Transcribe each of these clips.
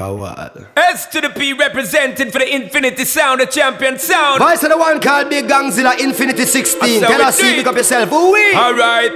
a while. S to the P representing for the infinity sound, the champion sound. Voice of the one called Big Gangzilla Infinity 16. I said Tell we us, see, did. pick up yourself. Ooh, wee. And Alright.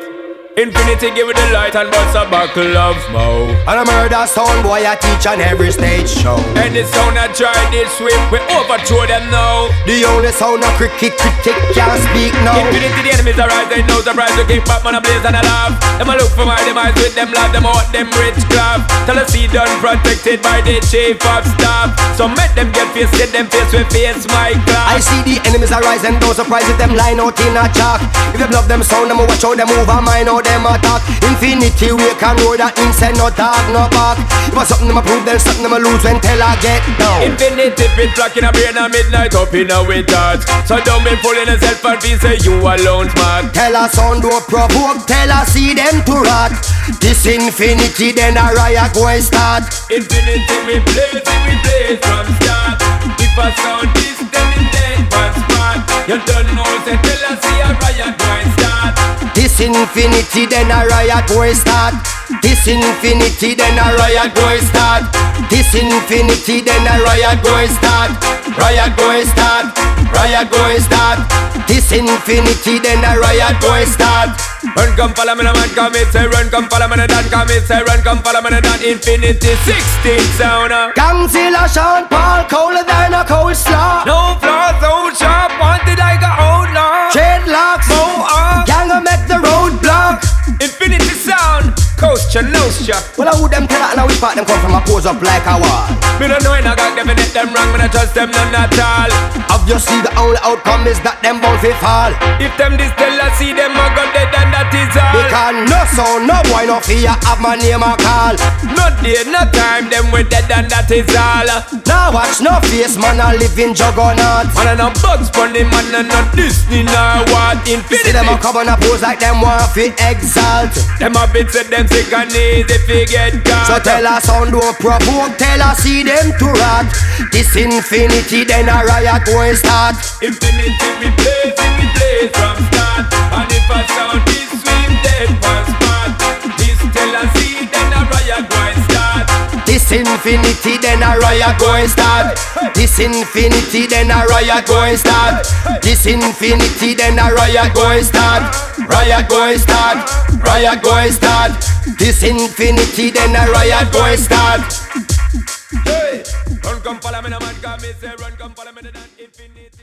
Infinity give it the light and bust a buckle of mo. a murder sound boy I teach on every stage show. Any sound I try this way, we overthrow them now. The only sound of cricket critic can't speak now. Infinity the enemies arise, they no surprise to keep up on a blaze and a laugh. Them a look for my demise with them love, them out them rich club. Tell us see done protected by the chief of staff. So make them get face, get them face with face I my class. see the enemies arise and no surprise if them line out in a chalk. If them love them sound, them watch how them move and mind how them attack. Infinity we can know that him send no talk, no back. If I something them approve, then something them a lose when tell I get down. Infinity pit black in a brain and midnight up in a wizard. So don't be fooling yourself and be say you alone smart. Tell us sound don't provoke, tell us see them to rot. This infinity then a riot going start. Infinity we blaze, we blaze from start. If a sound is then it dead one spot. You don't know, say tell us see a riot going start. This infinity then a riot boy start This infinity then a riot boy start This infinity then a riot boy start Riot boy start Riot boy start This infinity then a riot boy start Run come follow me the man come it say run come follow me the dan come it say run come follow me the dan infinity 16 sound uh. Gangzilla Sean Paul colder than a coleslaw No flaw so sharp wanted like a outlaw Dreadlocks Mo up Gang a make the road block infinity sound Coaster nostra Well I would them tell and I which part them come from a pose up like a wall Me no know I got them and let them wrong me no trust them none at all Obviously the only outcome is that them bound fi fall If them this tell I see them I got dead and that is all Because no sound, no boy, no fear, have my name a call. No day no time them we dead and that is all Now watch no face, man, I live in juggernaut. Man and no bugs for them man and no Disney no what See them a infinity come and a pose like them want fi exalt. Them have been said them sick and easy fi get caught So tell us sound don't provoke, tell us see them to rot. This infinity, then a riot going start. Infinity we play, we play from start And if a sound is sweet, then one spot This tell us see, then a riot go and start This infinity, then a riot going start. This infinity, then a riot going start. This infinity, then a riot going start. Riot going start. Riot going start. This infinity, then a riot going start. Hey! Run come follow me, no man come me say Run come follow me, no man infinity